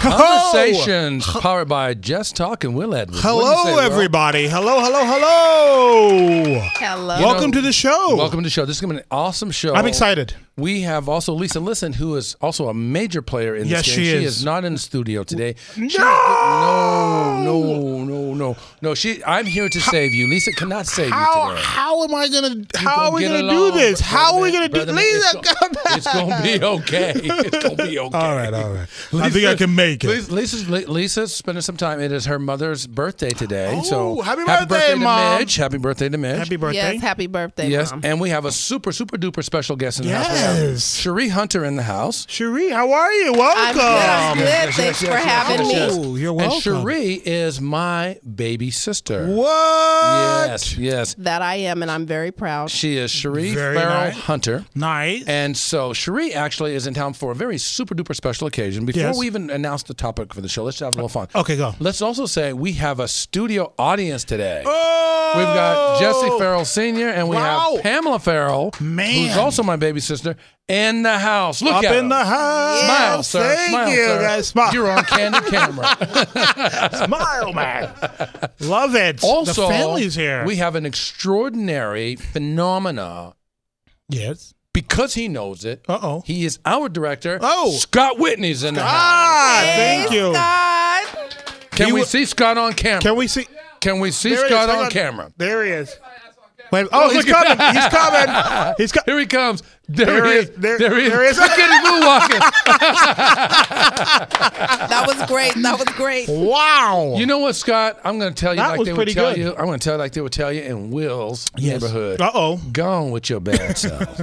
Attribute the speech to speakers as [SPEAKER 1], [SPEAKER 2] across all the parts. [SPEAKER 1] Conversations powered by Just Talk and Will Edwards. What do you say,
[SPEAKER 2] Hello,
[SPEAKER 1] Will?
[SPEAKER 2] everybody. Hello, hello, hello.
[SPEAKER 3] Hello.
[SPEAKER 2] Welcome
[SPEAKER 1] know-
[SPEAKER 2] to the show.
[SPEAKER 1] Welcome to the show. This is going to be an awesome show.
[SPEAKER 2] I'm excited.
[SPEAKER 1] We have also Lisa Listen, who is also a major player in
[SPEAKER 2] Yes,
[SPEAKER 1] this game.
[SPEAKER 2] she
[SPEAKER 1] She
[SPEAKER 2] is.
[SPEAKER 1] is not in the studio today. No, no, no, no, no, no. She, I'm here to save you. Lisa cannot save you
[SPEAKER 2] How,
[SPEAKER 1] today.
[SPEAKER 2] how am I gonna how are we
[SPEAKER 1] Get
[SPEAKER 2] gonna do
[SPEAKER 1] along,
[SPEAKER 2] this? How are we
[SPEAKER 1] brother man, brother
[SPEAKER 2] gonna do
[SPEAKER 1] man, it's
[SPEAKER 2] Lisa?
[SPEAKER 1] go-
[SPEAKER 2] Come back.
[SPEAKER 1] It's gonna be okay. It's gonna be okay.
[SPEAKER 2] All right, all right. I think I can make it.
[SPEAKER 1] Lisa- Lisa's, Li- Lisa's spending some time. It is her mother's birthday today. so
[SPEAKER 2] Oh, happy birthday, Mom.
[SPEAKER 1] to Midge. Happy birthday to Midge.
[SPEAKER 2] Happy birthday.
[SPEAKER 3] Yes, happy birthday,
[SPEAKER 1] yes,
[SPEAKER 3] Mom.
[SPEAKER 1] and we have a super, super duper special guest in the house.
[SPEAKER 2] Yes.
[SPEAKER 1] Cherie Hunter in the house.
[SPEAKER 2] Cherie, how are you?
[SPEAKER 3] I'm
[SPEAKER 2] Welcome.
[SPEAKER 3] good. I'm good.
[SPEAKER 1] Yes, yes,
[SPEAKER 3] Thanks
[SPEAKER 1] yes,
[SPEAKER 3] for
[SPEAKER 1] yes,
[SPEAKER 3] having
[SPEAKER 1] yes,
[SPEAKER 3] me.
[SPEAKER 1] yes.
[SPEAKER 2] Oh, you're
[SPEAKER 1] And
[SPEAKER 2] welcome.
[SPEAKER 1] Cherie is my baby sister.
[SPEAKER 2] What?
[SPEAKER 1] Yes, yes.
[SPEAKER 3] That I am, and I'm very proud.
[SPEAKER 1] She is Cherie
[SPEAKER 2] Very
[SPEAKER 1] Farrell
[SPEAKER 2] nice.
[SPEAKER 1] Hunter.
[SPEAKER 2] Nice.
[SPEAKER 1] And so Cherie actually is in town for a very super duper special occasion. Before
[SPEAKER 2] Yes.
[SPEAKER 1] we even announce the topic for the show, let's have a little fun.
[SPEAKER 2] okay, go.
[SPEAKER 1] Let's also say we have a studio audience today.
[SPEAKER 2] Oh,
[SPEAKER 1] We've got Jesse Farrell Sr. and we
[SPEAKER 2] Wow.
[SPEAKER 1] have Pamela Farrell,
[SPEAKER 2] Man.
[SPEAKER 1] who's also my baby sister, in the house. Look
[SPEAKER 2] Up
[SPEAKER 1] at
[SPEAKER 2] in
[SPEAKER 1] her.
[SPEAKER 2] the house.
[SPEAKER 1] Smile, sir.
[SPEAKER 2] Thank
[SPEAKER 1] Smile,
[SPEAKER 2] you.
[SPEAKER 1] sir.
[SPEAKER 2] Guys. Smile.
[SPEAKER 1] You're on candid camera.
[SPEAKER 2] Smile, man. Love it.
[SPEAKER 1] Also,
[SPEAKER 2] the family's here.
[SPEAKER 1] We have an extraordinary phenomena
[SPEAKER 2] yes.
[SPEAKER 1] because he knows it.
[SPEAKER 2] Uh oh.
[SPEAKER 1] He is our director.
[SPEAKER 2] Oh.
[SPEAKER 1] Scott Whitney's in the house.
[SPEAKER 2] Ah,
[SPEAKER 3] Hey,
[SPEAKER 2] thank you.
[SPEAKER 3] Scott.
[SPEAKER 1] Can
[SPEAKER 2] You-
[SPEAKER 1] we see Scott on camera? Can
[SPEAKER 2] Can
[SPEAKER 1] we,
[SPEAKER 2] we see?
[SPEAKER 1] see
[SPEAKER 2] There he is.
[SPEAKER 1] Scott
[SPEAKER 2] Hang
[SPEAKER 1] on camera?
[SPEAKER 2] There he is. Wait, oh, he's
[SPEAKER 1] look at-
[SPEAKER 2] coming. He's coming. He's coming.
[SPEAKER 1] Here he comes. There,
[SPEAKER 2] There
[SPEAKER 1] he
[SPEAKER 2] he
[SPEAKER 1] is.
[SPEAKER 2] is. There-
[SPEAKER 1] he
[SPEAKER 2] there he is.
[SPEAKER 1] Look at him moonwalking.
[SPEAKER 3] That was great. That was great.
[SPEAKER 2] Wow.
[SPEAKER 1] you know what, Scott? I'm going to tell you
[SPEAKER 2] That
[SPEAKER 1] like
[SPEAKER 2] was
[SPEAKER 1] they would
[SPEAKER 2] pretty
[SPEAKER 1] tell
[SPEAKER 2] good.
[SPEAKER 1] you. I'm going to tell you like they would tell you in Will's neighborhood.
[SPEAKER 2] Uh oh.
[SPEAKER 1] Gone with your bad self.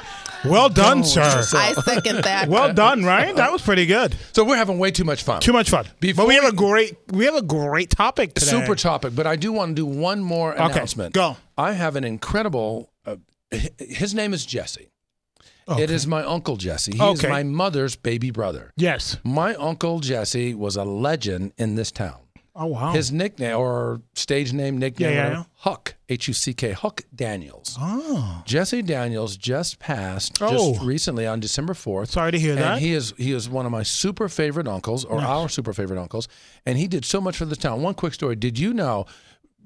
[SPEAKER 2] Well done, sir.
[SPEAKER 3] I second that.
[SPEAKER 2] Well done, right? That was pretty good.
[SPEAKER 1] so we're having way too much fun.
[SPEAKER 2] Too much fun.
[SPEAKER 1] Before
[SPEAKER 2] but we have
[SPEAKER 1] we-
[SPEAKER 2] a great we have a great topic today.
[SPEAKER 1] super topic, but I do want to do one more
[SPEAKER 2] Okay,
[SPEAKER 1] announcement.
[SPEAKER 2] go.
[SPEAKER 1] I have an incredible. Uh, h- his name is Jesse. It is my uncle Jesse. He is
[SPEAKER 2] Okay.
[SPEAKER 1] my mother's baby brother.
[SPEAKER 2] Yes.
[SPEAKER 1] My uncle Jesse was a legend in this town.
[SPEAKER 2] Oh wow.
[SPEAKER 1] His nickname or stage name nickname
[SPEAKER 2] Yeah, yeah,
[SPEAKER 1] whatever, Huck H U C K Huck Daniels.
[SPEAKER 2] oh.
[SPEAKER 1] Jesse Daniels just passed
[SPEAKER 2] Oh.
[SPEAKER 1] just recently on December fourth.
[SPEAKER 2] Sorry to hear
[SPEAKER 1] and
[SPEAKER 2] that.
[SPEAKER 1] he is he is one of my super favorite uncles, or our super favorite uncles, and he did so much for the town. One quick story: Did you know,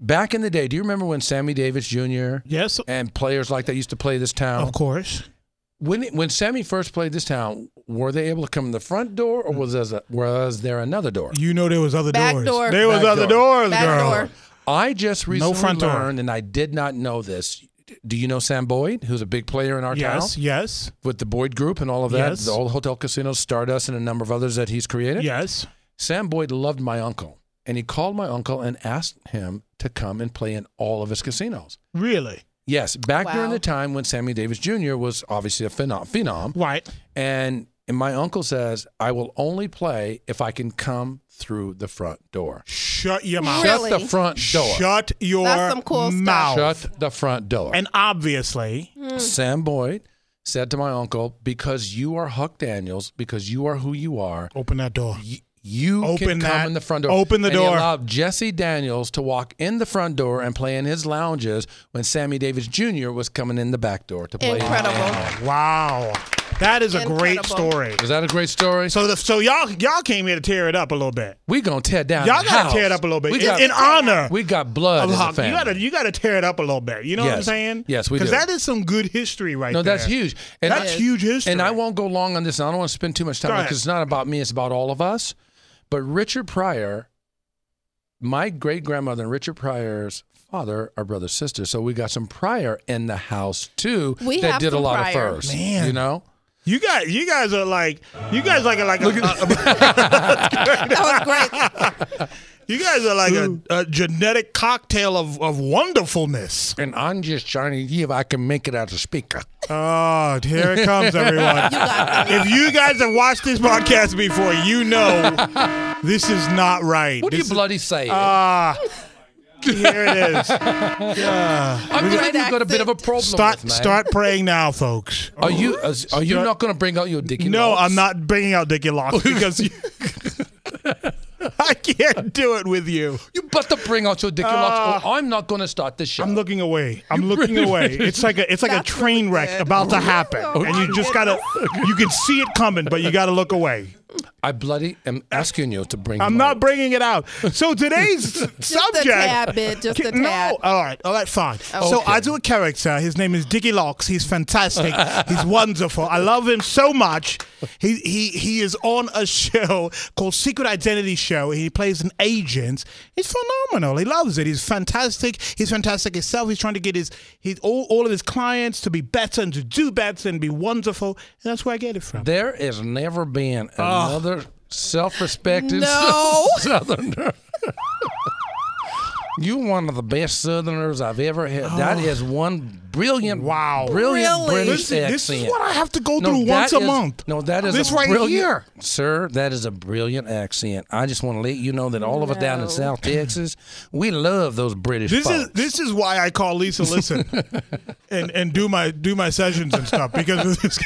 [SPEAKER 1] back in the day, do you remember when Sammy Davis Jr.
[SPEAKER 2] yes.
[SPEAKER 1] and players like that used to play this town?
[SPEAKER 2] Of course.
[SPEAKER 1] When when Sammy first played this town, were they able to come in the front door,
[SPEAKER 2] Mm.
[SPEAKER 1] or was there, was there another door?
[SPEAKER 2] You know there was other
[SPEAKER 3] Back
[SPEAKER 2] doors.
[SPEAKER 3] door.
[SPEAKER 2] There was
[SPEAKER 1] Back
[SPEAKER 2] other
[SPEAKER 1] door.
[SPEAKER 2] doors,
[SPEAKER 3] Back
[SPEAKER 2] girl.
[SPEAKER 3] door.
[SPEAKER 1] I just recently
[SPEAKER 2] front door.
[SPEAKER 1] learned, and I did not know this. Do you know Sam Boyd, who's a big player in our
[SPEAKER 2] Yes,
[SPEAKER 1] town
[SPEAKER 2] yes,
[SPEAKER 1] with the Boyd Group and all of that,
[SPEAKER 2] Yes.
[SPEAKER 1] the old hotel casinos, Stardust, and a number of others that he's created?
[SPEAKER 2] yes.
[SPEAKER 1] Sam Boyd loved my uncle, and he called my uncle and asked him to come and play in all of his casinos.
[SPEAKER 2] Really?
[SPEAKER 1] Yes, back during the
[SPEAKER 3] Wow.
[SPEAKER 1] time when Sammy Davis Jr. was obviously a phenom, phenom
[SPEAKER 2] Right.
[SPEAKER 1] and and my uncle says, "I will only play if I can come through the front door."
[SPEAKER 2] Shut your mouth.
[SPEAKER 3] Really?
[SPEAKER 1] Shut the front door.
[SPEAKER 2] Shut your
[SPEAKER 3] That's some cool stuff. Mm-hmm.
[SPEAKER 2] mouth.
[SPEAKER 1] Shut the front door.
[SPEAKER 2] And obviously,
[SPEAKER 1] Sam Boyd said to my uncle, "Because you are Huck Daniels, because you are who you are,
[SPEAKER 2] open that door.
[SPEAKER 1] y- you can
[SPEAKER 2] Open
[SPEAKER 1] come
[SPEAKER 2] that-
[SPEAKER 1] in the front door.
[SPEAKER 2] open the
[SPEAKER 1] And he
[SPEAKER 2] door.
[SPEAKER 1] allowed Jesse Daniels to walk in the front door and play in his lounges when Sammy Davis Jr. was coming in the back door to play. in the
[SPEAKER 3] Incredible.
[SPEAKER 1] lounge.
[SPEAKER 2] Wow. That is a great
[SPEAKER 3] Incredible.
[SPEAKER 2] story.
[SPEAKER 1] Was that a great story?
[SPEAKER 2] So the, so y'all y'all came here to tear it up a little bit.
[SPEAKER 1] we gonna tear down.
[SPEAKER 2] Y'all
[SPEAKER 1] the
[SPEAKER 2] gotta
[SPEAKER 1] house.
[SPEAKER 2] tear it up a little bit.
[SPEAKER 1] We
[SPEAKER 2] In-
[SPEAKER 1] got,
[SPEAKER 2] in, honor
[SPEAKER 1] we got blood.
[SPEAKER 2] of
[SPEAKER 1] as a
[SPEAKER 2] Hawk. You
[SPEAKER 1] family.
[SPEAKER 2] gotta you gotta tear it up a little bit. You know what I'm
[SPEAKER 1] Yes.
[SPEAKER 2] saying?
[SPEAKER 1] Yes, we do.
[SPEAKER 2] Because that is some good history right
[SPEAKER 1] No,
[SPEAKER 2] there.
[SPEAKER 1] that's huge. And
[SPEAKER 2] That's huge history.
[SPEAKER 1] And I won't go long on this. And I don't want to spend too much
[SPEAKER 2] Go
[SPEAKER 1] time
[SPEAKER 2] ahead.
[SPEAKER 1] because it's not about me. It's about all of us. But Richard Pryor, my great grandmother and Richard Pryor's father are brother sister. So we got some Pryor in the house too.
[SPEAKER 3] We
[SPEAKER 1] that
[SPEAKER 3] have
[SPEAKER 1] did a
[SPEAKER 3] some
[SPEAKER 1] lot
[SPEAKER 3] Pryor.
[SPEAKER 1] of first.
[SPEAKER 2] Man.
[SPEAKER 1] you know.
[SPEAKER 2] You guys you guys are like you guys like a like a,
[SPEAKER 3] That was great.
[SPEAKER 2] you guys are like a, a genetic cocktail of, of wonderfulness.
[SPEAKER 1] And I'm just trying to see if I can make it out of speaker.
[SPEAKER 2] Oh, here it comes, everyone.
[SPEAKER 3] got
[SPEAKER 2] if you guys have watched this podcast before, you know this is not right.
[SPEAKER 1] What do you
[SPEAKER 2] This is-
[SPEAKER 1] bloody say?
[SPEAKER 2] Ah, here it is.
[SPEAKER 1] I'm gonna
[SPEAKER 3] Right
[SPEAKER 1] have got a bit of a
[SPEAKER 3] accent.
[SPEAKER 1] problem.
[SPEAKER 2] Start
[SPEAKER 1] with, man.
[SPEAKER 2] start praying now, folks.
[SPEAKER 1] Are you are, are you not going to bring out your dicky?
[SPEAKER 2] No,
[SPEAKER 1] notes?
[SPEAKER 2] I'm not bringing out Dickie Locks because you, I can't do it with you.
[SPEAKER 1] You better bring out your dicky locks, or I'm not going to start this show.
[SPEAKER 2] Uh, I'm looking away. I'm looking away. It's like a it's like a train wreck about to happen, and you just gotta you can see it coming, but you gotta look away.
[SPEAKER 1] I bloody am asking you to bring.
[SPEAKER 2] I'm
[SPEAKER 1] them
[SPEAKER 2] not
[SPEAKER 1] up.
[SPEAKER 2] bringing it out. So today's subject.
[SPEAKER 3] Just a tad bit. Just a
[SPEAKER 2] no,
[SPEAKER 3] tad.
[SPEAKER 2] all right, all right, fine. So I do a character. His name is Diggy Locks. He's fantastic. He's wonderful. I love him so much. He he he is on a show called Secret Identity Show. He plays an agent. He's phenomenal. He loves it. He's fantastic. He's fantastic himself. He's trying to get his his all, all of his clients to be better and to do better and be wonderful. And that's where I get it from.
[SPEAKER 1] There has never been
[SPEAKER 2] Ah.
[SPEAKER 1] another self-respected
[SPEAKER 3] No.
[SPEAKER 1] Southerner. you one of the best Southerners I've ever had. That is one brilliant,
[SPEAKER 2] Oh. Wow.
[SPEAKER 1] brilliant
[SPEAKER 3] Really?
[SPEAKER 1] British
[SPEAKER 2] Listen,
[SPEAKER 1] accent.
[SPEAKER 2] this is what I have to go through
[SPEAKER 1] that
[SPEAKER 2] once a
[SPEAKER 1] is-
[SPEAKER 2] month.
[SPEAKER 1] No, that is
[SPEAKER 2] this
[SPEAKER 1] a
[SPEAKER 2] right
[SPEAKER 1] brilliant,
[SPEAKER 2] here.
[SPEAKER 1] sir. That is a brilliant accent. I just want to let you know that all of us down in
[SPEAKER 3] No.
[SPEAKER 1] South Texas, we love those British.
[SPEAKER 2] This
[SPEAKER 1] folks.
[SPEAKER 2] is this is why I call Lisa listen and and do my do my sessions and stuff because of this.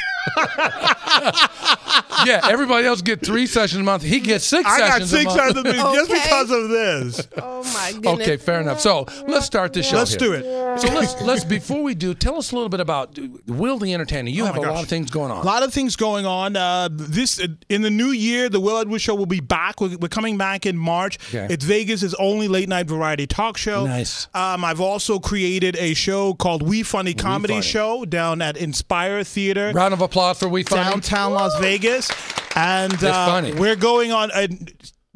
[SPEAKER 1] yeah. Everybody else get three sessions a month. He gets six
[SPEAKER 2] I got
[SPEAKER 1] sessions a
[SPEAKER 2] six
[SPEAKER 1] month.
[SPEAKER 2] out of the just
[SPEAKER 3] Okay.
[SPEAKER 2] because of this.
[SPEAKER 3] Oh my goodness.
[SPEAKER 1] Okay, fair enough. So let's start this show.
[SPEAKER 2] Let's
[SPEAKER 1] here.
[SPEAKER 2] do it.
[SPEAKER 1] So let's let's before we do, tell us a little bit about Will the Entertainer. You have a
[SPEAKER 2] Oh my
[SPEAKER 1] lot
[SPEAKER 2] gosh.
[SPEAKER 1] of things going
[SPEAKER 2] A
[SPEAKER 1] on.
[SPEAKER 2] lot of things going on. Uh, this in the new year, the Will Edwards Show will be back. We're, we're coming back in March.
[SPEAKER 1] Okay.
[SPEAKER 2] It's Vegas' only late night variety talk show.
[SPEAKER 1] Nice.
[SPEAKER 2] Um, I've also created a show called We Funny Comedy
[SPEAKER 1] Funny.
[SPEAKER 2] Show down at Inspire Theater.
[SPEAKER 1] Round of applause for We Funny.
[SPEAKER 2] downtown Las Vegas, and
[SPEAKER 1] funny.
[SPEAKER 2] uh, we're going on uh,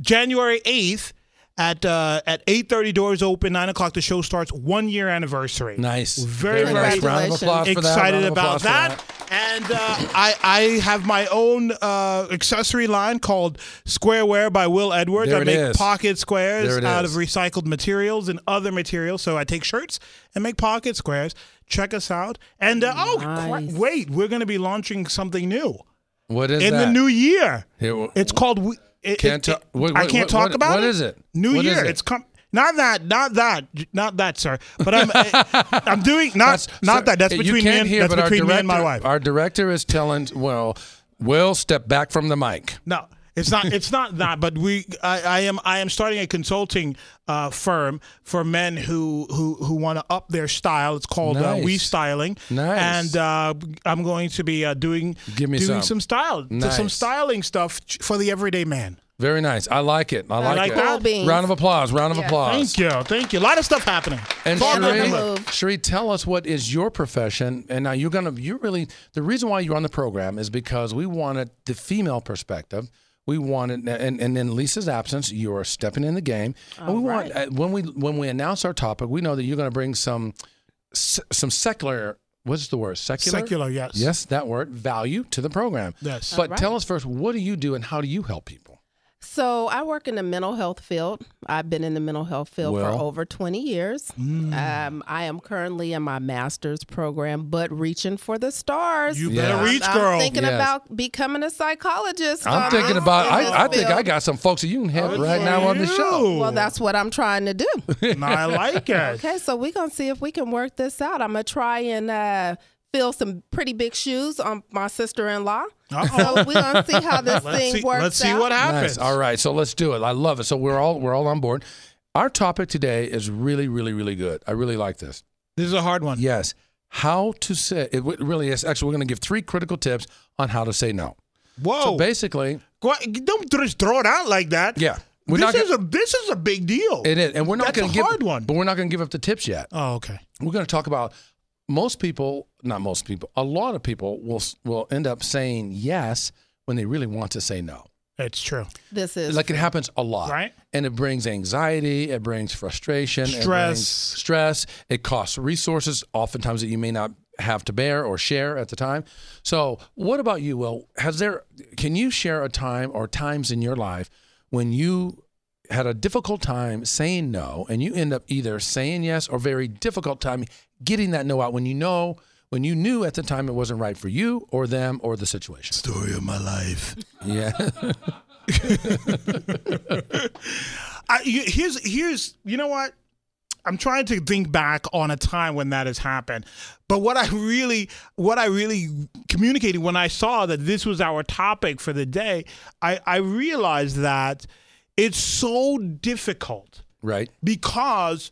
[SPEAKER 2] January eighth at uh, at eight thirty. Doors open nine o'clock. The show starts. One year anniversary.
[SPEAKER 1] Nice.
[SPEAKER 2] Very
[SPEAKER 1] nice.
[SPEAKER 2] very
[SPEAKER 1] Round of
[SPEAKER 3] Congratulations.
[SPEAKER 1] applause for that.
[SPEAKER 2] excited
[SPEAKER 1] Round of
[SPEAKER 2] about
[SPEAKER 1] applause for
[SPEAKER 2] that. And uh, I I have my own uh, accessory line called Squareware by Will Edwards.
[SPEAKER 1] There
[SPEAKER 2] I
[SPEAKER 1] it
[SPEAKER 2] make
[SPEAKER 1] is.
[SPEAKER 2] pocket
[SPEAKER 1] There
[SPEAKER 2] squares
[SPEAKER 1] it
[SPEAKER 2] out
[SPEAKER 1] is.
[SPEAKER 2] of recycled materials and other materials. So I take shirts and make pocket squares. Check us out. And uh, oh, cra-
[SPEAKER 3] Nice.
[SPEAKER 2] wait, we're going to be launching something new
[SPEAKER 1] What is
[SPEAKER 2] in
[SPEAKER 1] that?
[SPEAKER 2] the new year.
[SPEAKER 1] Here, w-
[SPEAKER 2] It's called. We- It,
[SPEAKER 1] Can't
[SPEAKER 2] it-
[SPEAKER 1] ta- what-
[SPEAKER 2] I
[SPEAKER 1] what-
[SPEAKER 2] can't
[SPEAKER 1] what-
[SPEAKER 2] talk
[SPEAKER 1] what-
[SPEAKER 2] about
[SPEAKER 1] what
[SPEAKER 2] it.
[SPEAKER 1] is it?
[SPEAKER 2] New
[SPEAKER 1] What is
[SPEAKER 2] Year.
[SPEAKER 1] it?
[SPEAKER 2] It's come. Not that. Not that. Not that, sir. But I'm. eh, I'm doing not
[SPEAKER 1] That's-
[SPEAKER 2] not
[SPEAKER 1] sir,
[SPEAKER 2] that. That's
[SPEAKER 1] you
[SPEAKER 2] between me
[SPEAKER 1] can't
[SPEAKER 2] and
[SPEAKER 1] hear,
[SPEAKER 2] that's
[SPEAKER 1] but our
[SPEAKER 2] between me and my
[SPEAKER 1] director-
[SPEAKER 2] wife.
[SPEAKER 1] Our director is telling Will, Will, step back from the mic.
[SPEAKER 2] No, it's not. It's not that. But we, I, I am, I am starting a consulting uh, firm for men who who who want to up their style. It's called uh,
[SPEAKER 1] Nice.
[SPEAKER 2] We Styling.
[SPEAKER 1] Nice.
[SPEAKER 2] And uh, I'm going to be uh, doing
[SPEAKER 1] Give me some.
[SPEAKER 2] doing some, style,
[SPEAKER 1] Nice.
[SPEAKER 2] some styling stuff ch- for the everyday man.
[SPEAKER 1] Very nice. I like it. I like,
[SPEAKER 2] like
[SPEAKER 1] it.
[SPEAKER 2] that.
[SPEAKER 3] Cool beans.
[SPEAKER 1] Round of applause. Round of applause.
[SPEAKER 2] Thank you, thank you. A lot of stuff happening.
[SPEAKER 1] And
[SPEAKER 2] Thought
[SPEAKER 3] Sheree-
[SPEAKER 2] number-
[SPEAKER 1] Sheree,
[SPEAKER 3] move.
[SPEAKER 1] Sheree, tell us what is your profession? And now you're gonna, you really, the reason why you're on the program is because we wanted the female perspective. We wanted, and, and in Lisa's absence, you are stepping in the game. and we want want when we when we announce our topic, we know that you're gonna bring some s- some secular. What's the word? Secular.
[SPEAKER 2] secular, yes.
[SPEAKER 1] Yes, that word value to the program.
[SPEAKER 2] Yes.
[SPEAKER 1] But tell us first, what do you do and how do you help people?
[SPEAKER 3] So I work in the mental health field. I've been in the mental health field
[SPEAKER 1] Well. Mm.
[SPEAKER 3] for over 20 years. Um, I am currently in my master's program, but reaching for the stars.
[SPEAKER 2] You
[SPEAKER 1] Yeah.
[SPEAKER 2] better
[SPEAKER 1] I'm-
[SPEAKER 2] reach,
[SPEAKER 3] I'm
[SPEAKER 2] girl.
[SPEAKER 3] thinking
[SPEAKER 1] Yes.
[SPEAKER 3] about becoming a psychologist.
[SPEAKER 1] I'm
[SPEAKER 3] um,
[SPEAKER 1] thinking about.
[SPEAKER 3] in this
[SPEAKER 1] I, I think
[SPEAKER 3] field.
[SPEAKER 1] I got some folks that you can help right now on the show.
[SPEAKER 3] Well, that's what I'm trying to do.
[SPEAKER 2] No, I like it.
[SPEAKER 3] okay, so we're gonna see if we can work this out. I'm gonna try and uh, fill some pretty big shoes on my sister-in-law. So we're gonna see how this
[SPEAKER 2] Let's
[SPEAKER 3] thing
[SPEAKER 2] see,
[SPEAKER 3] works
[SPEAKER 2] let's see
[SPEAKER 3] out.
[SPEAKER 2] what
[SPEAKER 1] Nice.
[SPEAKER 2] happens.
[SPEAKER 1] All right. So let's do it. I love it. So we're all we're all on board. Our topic today is really, really, really good. I really like this.
[SPEAKER 2] This is a hard one.
[SPEAKER 1] Yes. How to say it w- really is. Actually, we're going to give three critical tips on how to say no.
[SPEAKER 2] Whoa.
[SPEAKER 1] So basically,
[SPEAKER 2] Go- don't just throw it out like that.
[SPEAKER 1] Yeah. We're
[SPEAKER 2] this
[SPEAKER 1] not gonna-
[SPEAKER 2] is a this is a big deal.
[SPEAKER 1] it is, and we're not
[SPEAKER 2] That's
[SPEAKER 1] going
[SPEAKER 2] a
[SPEAKER 1] to give.
[SPEAKER 2] hard one.
[SPEAKER 1] But we're not going to give up the tips yet.
[SPEAKER 2] Oh, okay.
[SPEAKER 1] We're going to talk about most people, not most people, a lot of people will s- will end up saying yes when they really want to say no.
[SPEAKER 2] It's true.
[SPEAKER 3] This is
[SPEAKER 1] like it happens a lot
[SPEAKER 2] Right.
[SPEAKER 1] and it brings anxiety it brings frustration it brings
[SPEAKER 2] Stress.
[SPEAKER 1] stress it costs resources oftentimes that you may not have to bear or share at the time so what about you will has there can you share a time or times in your life when you had a difficult time saying no and you end up either saying yes or very difficult time getting that no out when you know when you knew at the time it wasn't right for you or them or the situation
[SPEAKER 2] Story of my life.
[SPEAKER 1] yeah
[SPEAKER 2] I, you, here's here's you know what I'm trying to think back on a time when that has happened. But what I really what I really communicated when I saw that this was our topic for the day, I, I realized that it's so difficult
[SPEAKER 1] right
[SPEAKER 2] because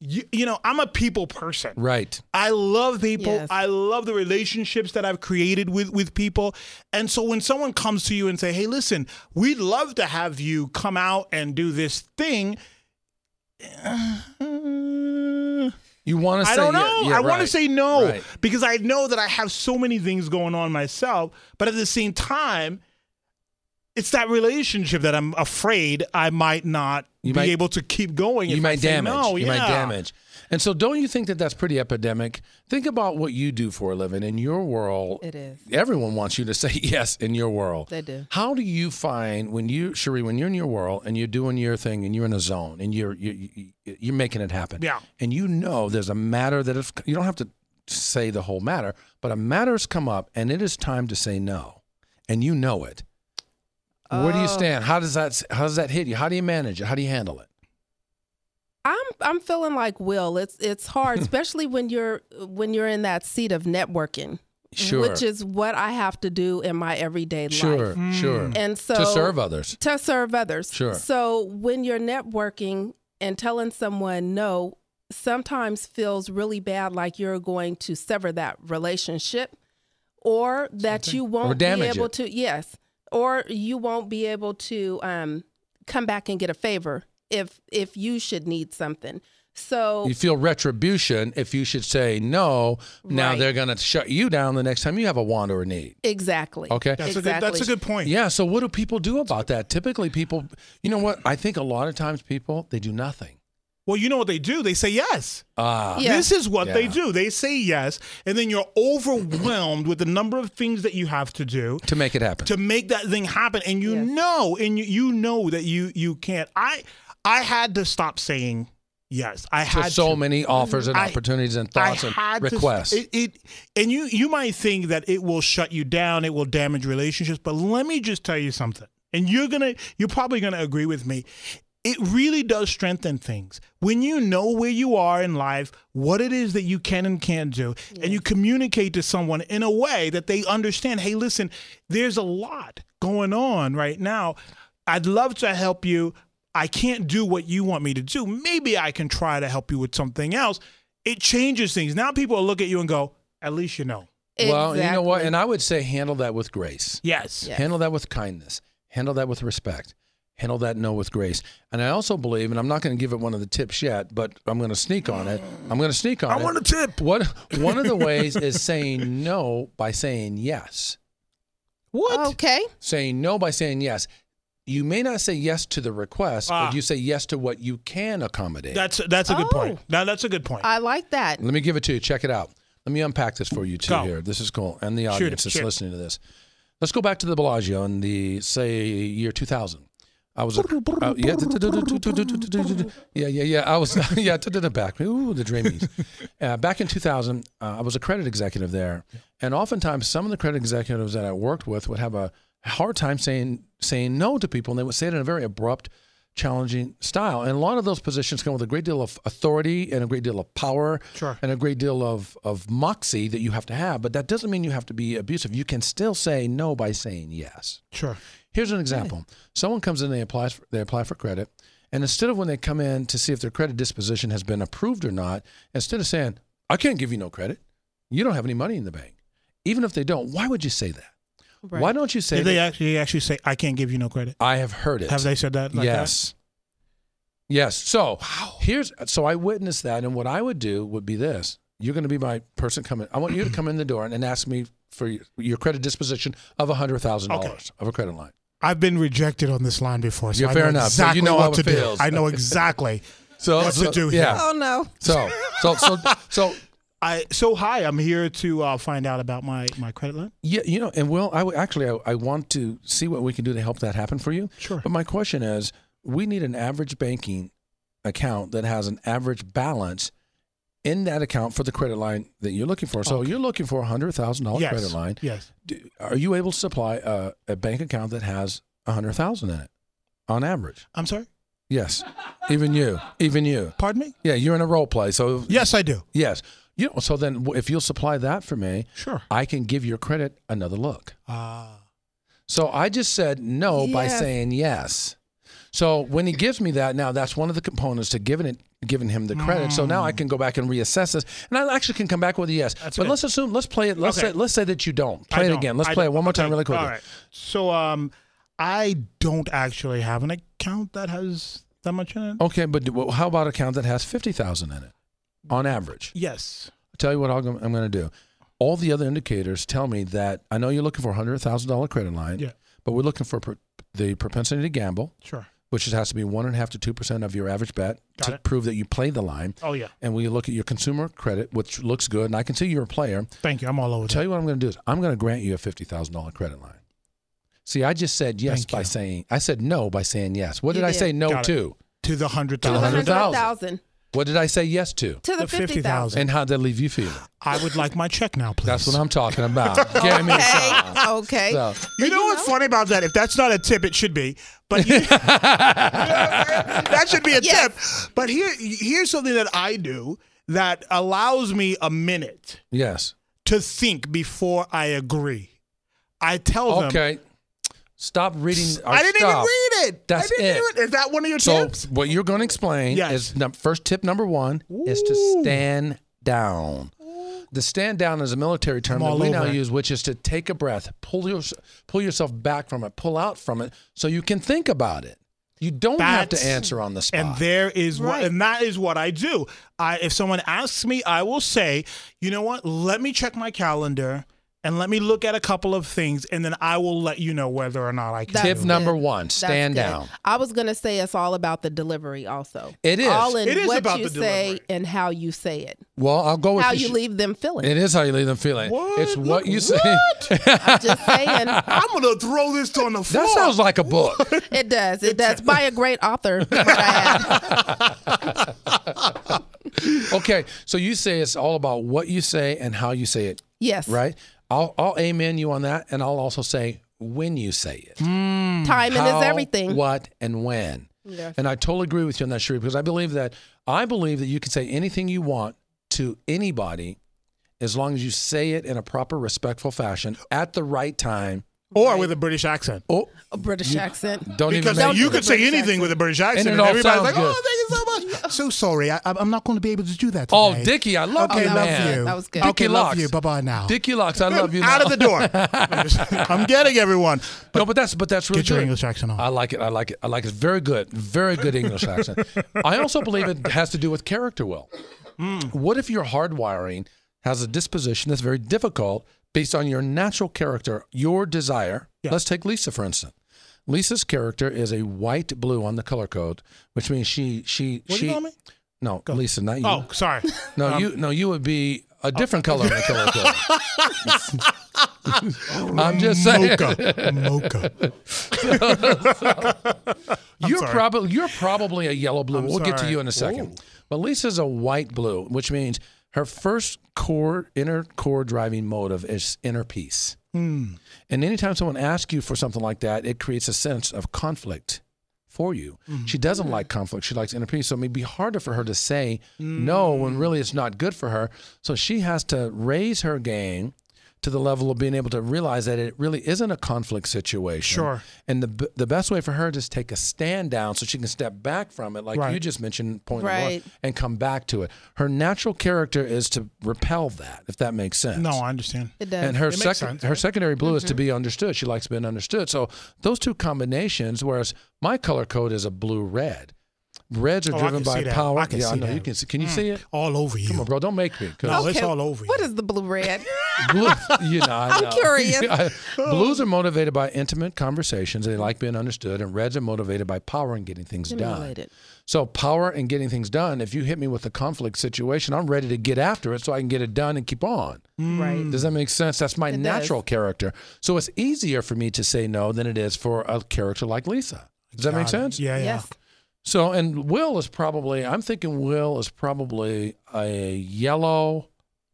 [SPEAKER 2] you, you know, I'm a people person.
[SPEAKER 1] Right.
[SPEAKER 2] I love people.
[SPEAKER 3] Yes.
[SPEAKER 2] I love the relationships that I've created with with people. And so when someone comes to you and say, "Hey, listen, we'd love to have you come out and do this thing," uh,
[SPEAKER 1] You want to say
[SPEAKER 2] I don't
[SPEAKER 1] yeah,
[SPEAKER 2] know.
[SPEAKER 1] yeah,
[SPEAKER 2] I want to
[SPEAKER 1] right.
[SPEAKER 2] say no
[SPEAKER 1] Right.
[SPEAKER 2] because I know that I have so many things going on myself. But at the same time, it's that relationship that I'm afraid I might not
[SPEAKER 1] You
[SPEAKER 2] be
[SPEAKER 1] might-
[SPEAKER 2] able to keep going.
[SPEAKER 1] You
[SPEAKER 2] if I
[SPEAKER 1] might
[SPEAKER 2] say
[SPEAKER 1] damage.
[SPEAKER 2] No,
[SPEAKER 1] you
[SPEAKER 2] yeah.
[SPEAKER 1] might damage. And so, don't you think that that's pretty epidemic? Think about what you do for a living in your world.
[SPEAKER 3] It is.
[SPEAKER 1] Everyone wants you to say yes in your world.
[SPEAKER 3] They do.
[SPEAKER 1] How do you find when you, Cherie, when you're in your world and you're doing your thing and you're in a zone and you're you, you, you're making it happen?
[SPEAKER 2] Yeah.
[SPEAKER 1] And you know there's a matter that if you don't have to say the whole matter, but a matter's come up and it is time to say no, and you know it. Where do you
[SPEAKER 3] Oh.
[SPEAKER 1] stand? How does that how does that hit you? How do you manage it? How do you handle it?
[SPEAKER 3] I'm I'm feeling like Will. It's it's hard, especially when you're when you're in that seat of networking,
[SPEAKER 1] Sure.
[SPEAKER 3] which is what I have to do in my everyday
[SPEAKER 1] Sure,
[SPEAKER 3] life.
[SPEAKER 1] sure.
[SPEAKER 3] And so
[SPEAKER 1] to serve others.
[SPEAKER 3] to serve others.
[SPEAKER 1] Sure.
[SPEAKER 3] So when you're networking and telling someone no, sometimes feels really bad, like you're going to sever that relationship, or that you won't be
[SPEAKER 1] damage
[SPEAKER 3] able
[SPEAKER 1] it.
[SPEAKER 3] to. Yes, or you won't be able to um, come back and get a favor if if you should need something. So
[SPEAKER 1] You feel retribution if you should say no. Now
[SPEAKER 3] Right.
[SPEAKER 1] they're going to shut you down the next time you have a want or a need.
[SPEAKER 3] exactly.
[SPEAKER 1] Okay.
[SPEAKER 2] That's a good.
[SPEAKER 3] Exactly.
[SPEAKER 2] That's a good point.
[SPEAKER 1] Yeah. So what do people do about that? Typically, people, you know what? I think a lot of times people they do nothing.
[SPEAKER 2] Well, you know what they do? They say yes.
[SPEAKER 1] Ah,
[SPEAKER 3] Yeah.
[SPEAKER 2] This is what they
[SPEAKER 1] Yeah.
[SPEAKER 2] do. They say yes, and then you're overwhelmed with the number of things that you have to do.
[SPEAKER 1] to make it happen.
[SPEAKER 2] to make that thing happen and you
[SPEAKER 3] Yes.
[SPEAKER 2] know and you, you know that you you can't i i had to stop saying yes i
[SPEAKER 1] To
[SPEAKER 2] had
[SPEAKER 1] so
[SPEAKER 2] to.
[SPEAKER 1] many offers and
[SPEAKER 2] I-
[SPEAKER 1] opportunities and
[SPEAKER 2] I
[SPEAKER 1] thoughts
[SPEAKER 2] had
[SPEAKER 1] and
[SPEAKER 2] to- e
[SPEAKER 1] requests.
[SPEAKER 2] it, it and you you might think that it will shut you down it will damage relationships but let me just tell you something and you're gonna you're probably gonna agree with me it really does strengthen things when you know where you are in life what it is that you can and can't do and you communicate to someone in a way that they understand hey listen there's a lot going on right now i'd love to help you i can't do what you want me to do maybe i can try to help you with something else it changes things. Now people will look at you and go, at least you know.
[SPEAKER 1] Well, you know what?
[SPEAKER 3] Exactly.
[SPEAKER 1] And I would say handle that with grace.
[SPEAKER 2] Yes.
[SPEAKER 3] Yeah.
[SPEAKER 1] Handle that with kindness. Handle that with respect. Handle that no with grace. And I also believe, and I'm not going to give it one of the tips yet, but I'm going to sneak on it. I'm going to sneak on it.
[SPEAKER 2] tip.
[SPEAKER 1] What one of the ways is saying no by saying yes.
[SPEAKER 2] What?
[SPEAKER 3] Okay.
[SPEAKER 1] Saying no by saying yes. You may not say yes to the request,
[SPEAKER 2] Ah.
[SPEAKER 1] but you say yes to what you can accommodate.
[SPEAKER 2] That's that's a good point.
[SPEAKER 3] Oh.
[SPEAKER 2] Now that's a good point.
[SPEAKER 3] I like that.
[SPEAKER 1] Let me give it to you. Check it out. Let me unpack this for you too
[SPEAKER 2] Go.
[SPEAKER 1] here. This is cool. And the
[SPEAKER 2] Shoot it,
[SPEAKER 1] audience that's
[SPEAKER 2] shoot it.
[SPEAKER 1] listening to this. Let's go back to the Bellagio in the say year 2000. I was a, uh, yeah, yeah, yeah, yeah. I was yeah, back. Ooh, the dreamies. Uh, back in 2000, uh, I was a credit executive there, and oftentimes some of the credit executives that I worked with would have a hard time saying saying no to people, and they would say it in a very abrupt, challenging style. And a lot of those positions come with a great deal of authority and a great deal of power
[SPEAKER 2] Sure.
[SPEAKER 1] and a great deal of, of moxie that you have to have, but that doesn't mean you have to be abusive. You can still say no by saying yes.
[SPEAKER 2] sure.
[SPEAKER 1] Here's an example. Someone comes in, they apply for, they apply for credit, and instead of when they come in to see if their credit disposition has been approved or not, instead of saying, "I can't give you no credit. You don't have any money in the bank." Even if they don't, why would you say that? Why don't you say
[SPEAKER 2] Did they
[SPEAKER 1] that,
[SPEAKER 2] actually actually say I can't give you no credit?
[SPEAKER 1] I have heard it?
[SPEAKER 2] Have they said that? Like
[SPEAKER 1] yes. Yes. So here's so I witnessed that, and what I would do would be this: You're going to be my person coming. I want you to come in the door and, and ask me for your- your credit disposition of hundred thousand dollars of a credit line.
[SPEAKER 2] That? I've been rejected on this line before, so
[SPEAKER 1] Yeah,
[SPEAKER 2] I
[SPEAKER 1] fair
[SPEAKER 2] know
[SPEAKER 1] enough. So you
[SPEAKER 2] exactly
[SPEAKER 1] know
[SPEAKER 2] what
[SPEAKER 1] how it
[SPEAKER 2] to do.
[SPEAKER 1] feels.
[SPEAKER 2] I know exactly.
[SPEAKER 1] So
[SPEAKER 2] What to
[SPEAKER 1] so-
[SPEAKER 2] do here.
[SPEAKER 1] Yeah.
[SPEAKER 3] Oh no.
[SPEAKER 1] So so so so
[SPEAKER 2] I so hi, I'm here to uh, find out about my my credit line.
[SPEAKER 1] yeah, you know, and Will, I would- actually I, I want to see what we can do to help that happen for you.
[SPEAKER 2] Sure.
[SPEAKER 1] But my question is, we need an average banking account that has an average balance in that account for the credit line that you're looking for. So you're looking for a hundred thousand dollar
[SPEAKER 2] yes.
[SPEAKER 1] credit line.
[SPEAKER 2] Yes.
[SPEAKER 1] Do- Are you able to supply a, a bank account that has a hundred thousand in it on average?
[SPEAKER 2] I'm sorry.
[SPEAKER 1] Yes. Even you. Even you.
[SPEAKER 2] Pardon me.
[SPEAKER 1] Yeah, you're in a role play. So
[SPEAKER 2] Yes, I do.
[SPEAKER 1] yes. You know, so then w- if you'll supply that for me,
[SPEAKER 2] Sure.
[SPEAKER 1] I can give your credit another look.
[SPEAKER 2] Ah.
[SPEAKER 1] So I just said no by
[SPEAKER 3] Yes.
[SPEAKER 1] saying yes. So when he gives me that now, that's one of the components to giving it, giving him the credit. So now I can go back and reassess this, and I actually can come back with a yes. but
[SPEAKER 2] good.
[SPEAKER 1] let's assume, let's play it. Let's
[SPEAKER 2] Okay.
[SPEAKER 1] say, let's say that you don't play
[SPEAKER 2] I
[SPEAKER 1] it
[SPEAKER 2] don't.
[SPEAKER 1] again. Let's
[SPEAKER 2] I
[SPEAKER 1] play it
[SPEAKER 2] don't.
[SPEAKER 1] one more time,
[SPEAKER 2] Okay,
[SPEAKER 1] really quickly.
[SPEAKER 2] All right. So um, I don't actually have an account that has that much in it.
[SPEAKER 1] Okay, but do- well, how about an account that has fifty thousand in it, on average?
[SPEAKER 2] Yes.
[SPEAKER 1] I'll tell you what I'll, go- I'm going to do. All the other indicators tell me that I know you're looking for a hundred thousand dollar credit line,
[SPEAKER 2] Yeah.
[SPEAKER 1] but we're looking for per, the propensity to gamble,
[SPEAKER 2] Sure.
[SPEAKER 1] which is- has to be one and a half to two percent of your average bet
[SPEAKER 2] Got
[SPEAKER 1] to
[SPEAKER 2] it.
[SPEAKER 1] prove that you play the line.
[SPEAKER 2] Oh yeah.
[SPEAKER 1] And we look at your consumer credit, which looks good, and I can see you're a player.
[SPEAKER 2] Thank you. I'm all over
[SPEAKER 1] Tell you what I'm going to do is I'm going to grant you a fifty thousand dollar credit line. See, I just said yes
[SPEAKER 2] Thank
[SPEAKER 1] by
[SPEAKER 2] you.
[SPEAKER 1] saying I said no by saying yes. What
[SPEAKER 3] You
[SPEAKER 1] did I
[SPEAKER 3] did.
[SPEAKER 1] say no
[SPEAKER 2] Got it.
[SPEAKER 1] to?
[SPEAKER 2] that. To the hundred
[SPEAKER 3] To the
[SPEAKER 1] $100,000.
[SPEAKER 2] thousand.
[SPEAKER 3] 100,000
[SPEAKER 1] What did I say yes to?
[SPEAKER 3] to the,
[SPEAKER 2] The
[SPEAKER 3] 50,000.
[SPEAKER 1] And how did that leave you feeling?
[SPEAKER 2] I would like my check now, please.
[SPEAKER 1] That's what I'm talking about. Give me some.
[SPEAKER 4] okay.
[SPEAKER 1] So,
[SPEAKER 2] You know what's funny about that? If that's not a tip, it should be. But you- that should be a tip. But here, here's something that I do that allows me a minute
[SPEAKER 1] yes.
[SPEAKER 2] to think before I agree. I tell them.
[SPEAKER 1] Okay. Stop reading. Our
[SPEAKER 2] I didn't
[SPEAKER 1] stuff.
[SPEAKER 2] even read it.
[SPEAKER 1] That's
[SPEAKER 2] I didn't
[SPEAKER 1] it.
[SPEAKER 2] even- Is that one of your
[SPEAKER 1] So
[SPEAKER 2] tips?
[SPEAKER 1] what you're going to explain
[SPEAKER 2] Yes.
[SPEAKER 1] is num- first tip number one is to stand down. The stand down is a military term
[SPEAKER 2] I'm
[SPEAKER 1] that
[SPEAKER 2] all
[SPEAKER 1] we now
[SPEAKER 2] over it.
[SPEAKER 1] use, which is to take a breath, pull your, pull yourself back from it, pull out from it, so you can think about it. You don't have to
[SPEAKER 2] That's-
[SPEAKER 1] answer on the spot.
[SPEAKER 2] And there is what, and that is what I do. I, if someone asks me, I will say, you know what? Let me check my calendar and let me look at a couple of things, and then I will let you know whether or not I can.
[SPEAKER 1] tip
[SPEAKER 3] That's
[SPEAKER 1] number
[SPEAKER 3] good.
[SPEAKER 1] one:
[SPEAKER 3] That's
[SPEAKER 1] stand
[SPEAKER 3] good.
[SPEAKER 1] down.
[SPEAKER 3] I was gonna say it's all about the delivery, also.
[SPEAKER 1] It is.
[SPEAKER 3] all in
[SPEAKER 2] It is
[SPEAKER 3] what
[SPEAKER 2] about
[SPEAKER 3] you
[SPEAKER 2] the
[SPEAKER 3] say
[SPEAKER 2] delivery.
[SPEAKER 3] and how you say it,
[SPEAKER 1] Well, I'll go with
[SPEAKER 3] how
[SPEAKER 1] the
[SPEAKER 3] you
[SPEAKER 1] sh-
[SPEAKER 3] leave them feeling.
[SPEAKER 1] It is how you leave them feeling.
[SPEAKER 2] What?
[SPEAKER 1] It's what
[SPEAKER 2] Look,
[SPEAKER 1] you say.
[SPEAKER 3] I'm just saying,
[SPEAKER 2] I'm gonna throw this on the floor.
[SPEAKER 1] That sounds like a book.
[SPEAKER 3] it does. It does. By a great author. might I add.
[SPEAKER 1] okay, so you say it's all about what you say and how you say it,
[SPEAKER 3] Yes.
[SPEAKER 1] right? I'll, I'll amen you on that, and I'll also say when you say it.
[SPEAKER 3] Timing
[SPEAKER 1] Mm. How,
[SPEAKER 3] is everything.
[SPEAKER 1] What and when.
[SPEAKER 3] Yes.
[SPEAKER 1] And I totally agree with you on that, Sheree, because I believe that I believe that you can say anything you want to anybody as long as you say it in a proper, respectful fashion at the right time.
[SPEAKER 2] or with a British accent.
[SPEAKER 1] Oh,
[SPEAKER 3] A British accent.
[SPEAKER 1] don't
[SPEAKER 2] Because
[SPEAKER 1] even. make
[SPEAKER 2] you
[SPEAKER 1] me-
[SPEAKER 2] could say anything with a British accent,
[SPEAKER 1] it
[SPEAKER 2] and,
[SPEAKER 1] all
[SPEAKER 2] everybody's
[SPEAKER 1] sounds
[SPEAKER 2] like,
[SPEAKER 1] good.
[SPEAKER 2] "Oh, thank you so much." So sorry, I, I'm not going to be able to do that.
[SPEAKER 1] Oh,
[SPEAKER 2] today.
[SPEAKER 1] Dickie, I love
[SPEAKER 2] Okay,
[SPEAKER 1] you,
[SPEAKER 3] that was
[SPEAKER 1] man.
[SPEAKER 3] good. That was good.
[SPEAKER 1] Dickie
[SPEAKER 2] okay, love
[SPEAKER 1] Locks.
[SPEAKER 2] you. Bye bye now.
[SPEAKER 1] Dickie Locks, I love you.
[SPEAKER 2] Out of
[SPEAKER 1] now.
[SPEAKER 2] the door. I'm getting everyone.
[SPEAKER 1] no, but that's but that's really
[SPEAKER 2] Get your
[SPEAKER 1] good.
[SPEAKER 2] English accent on.
[SPEAKER 1] I like it. I like it. I like it. Very good. Very good English accent. I also believe it has to do with character. Will,
[SPEAKER 2] Hmm.
[SPEAKER 1] what if your hardwiring has a disposition that's very difficult based on your natural character, your desire? Let's take Lisa for instance. Lisa's character is a white blue on the color code, which means she she
[SPEAKER 2] What do
[SPEAKER 1] she.
[SPEAKER 2] you call me?
[SPEAKER 1] No, Lisa, not you.
[SPEAKER 2] Oh, sorry.
[SPEAKER 1] No, you no, you would be a different color on the color code. I'm just saying.
[SPEAKER 2] Mocha. Mocha.
[SPEAKER 1] you're
[SPEAKER 2] sorry.
[SPEAKER 1] probably you're probably a yellow blue. we'll get to
[SPEAKER 2] sorry.
[SPEAKER 1] you in a second. But Lisa's a white blue, which means her first core inner core driving motive is inner peace.
[SPEAKER 2] Hmm.
[SPEAKER 1] And anytime someone asks you for something like that, it creates a sense of conflict for you.
[SPEAKER 2] Hmm.
[SPEAKER 1] She doesn't like conflict. She likes inner peace. So it may be harder for her to say
[SPEAKER 2] Hmm.
[SPEAKER 1] no when really it's not good for her. So she has to raise her game to the level of being able to realize that it really isn't a conflict situation.
[SPEAKER 2] Sure.
[SPEAKER 1] And the b- the best way for her to take a stand down so she can step back from it, like
[SPEAKER 2] Right.
[SPEAKER 1] you just mentioned, point number
[SPEAKER 3] Right.
[SPEAKER 1] one, and come back to it. Her natural character is to repel that, if that makes sense.
[SPEAKER 2] No, I understand.
[SPEAKER 3] It does.
[SPEAKER 1] And her
[SPEAKER 2] makes
[SPEAKER 1] second,
[SPEAKER 2] sense,
[SPEAKER 1] her secondary blue is to be understood. She likes being understood. So those two combinations. Whereas my color code is a blue red. Reds are
[SPEAKER 2] Oh, I
[SPEAKER 1] driven
[SPEAKER 2] can
[SPEAKER 1] by
[SPEAKER 2] see that.
[SPEAKER 1] power.
[SPEAKER 2] I can
[SPEAKER 1] yeah,
[SPEAKER 2] see
[SPEAKER 1] I know
[SPEAKER 2] that. Mm.
[SPEAKER 1] you can see. Can you see it?
[SPEAKER 2] All over you.
[SPEAKER 1] Come on, bro. Don't make me. 'cause
[SPEAKER 2] No, it's all over
[SPEAKER 3] What
[SPEAKER 2] you.
[SPEAKER 3] is the blue red?
[SPEAKER 1] Blue, you know, I
[SPEAKER 3] I'm
[SPEAKER 1] know.
[SPEAKER 3] curious.
[SPEAKER 1] I- Blues are motivated by intimate conversations. They like being understood, and reds are motivated by power and getting things done.
[SPEAKER 3] Stimulated.
[SPEAKER 1] So power and getting things done. If you hit me with a conflict situation, I'm ready to get after it so I can get it done and keep on.
[SPEAKER 2] Mm.
[SPEAKER 3] Right.
[SPEAKER 1] Does that make sense? That's my
[SPEAKER 3] Mm. does.
[SPEAKER 1] natural character. So it's easier for me to say no than it is for a character like Lisa. Does that make sense?
[SPEAKER 2] Yeah, yeah.
[SPEAKER 3] Yes.
[SPEAKER 1] So and Will is probably I'm thinking Will is probably a yellow,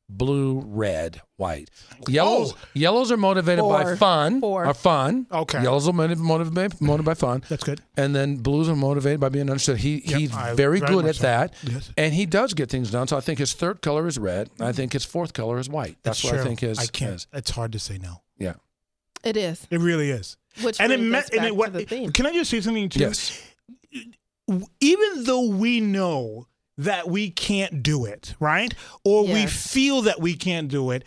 [SPEAKER 1] blue, red, white. Yellows
[SPEAKER 2] Oh.
[SPEAKER 1] yellows are motivated by
[SPEAKER 3] Four.
[SPEAKER 1] fun.
[SPEAKER 3] Four.
[SPEAKER 1] Are fun.
[SPEAKER 2] Okay.
[SPEAKER 1] Yellows are motiv- motivated motivated by fun.
[SPEAKER 2] That's good.
[SPEAKER 1] And then blues are motivated by being understood. He
[SPEAKER 2] Yep,
[SPEAKER 1] he's
[SPEAKER 2] I-
[SPEAKER 1] very
[SPEAKER 2] very
[SPEAKER 1] good at
[SPEAKER 2] much so.
[SPEAKER 1] that,
[SPEAKER 2] Yes.
[SPEAKER 1] and he does get things done. So I think his third color is red. I think his fourth color is white. That's,
[SPEAKER 2] It's
[SPEAKER 1] what I
[SPEAKER 2] true.
[SPEAKER 1] think is.
[SPEAKER 2] I can't.
[SPEAKER 1] is-
[SPEAKER 2] It's hard to say no.
[SPEAKER 1] yeah.
[SPEAKER 3] It is.
[SPEAKER 2] It really is.
[SPEAKER 3] Which
[SPEAKER 2] and it
[SPEAKER 3] really
[SPEAKER 2] me-
[SPEAKER 3] gets
[SPEAKER 2] and
[SPEAKER 3] back
[SPEAKER 2] it what
[SPEAKER 3] to the theme.
[SPEAKER 2] can I just say something too?
[SPEAKER 1] Yes.
[SPEAKER 2] even though we know that we can't do it, right? Or we
[SPEAKER 3] Yes.
[SPEAKER 2] feel that we can't do it,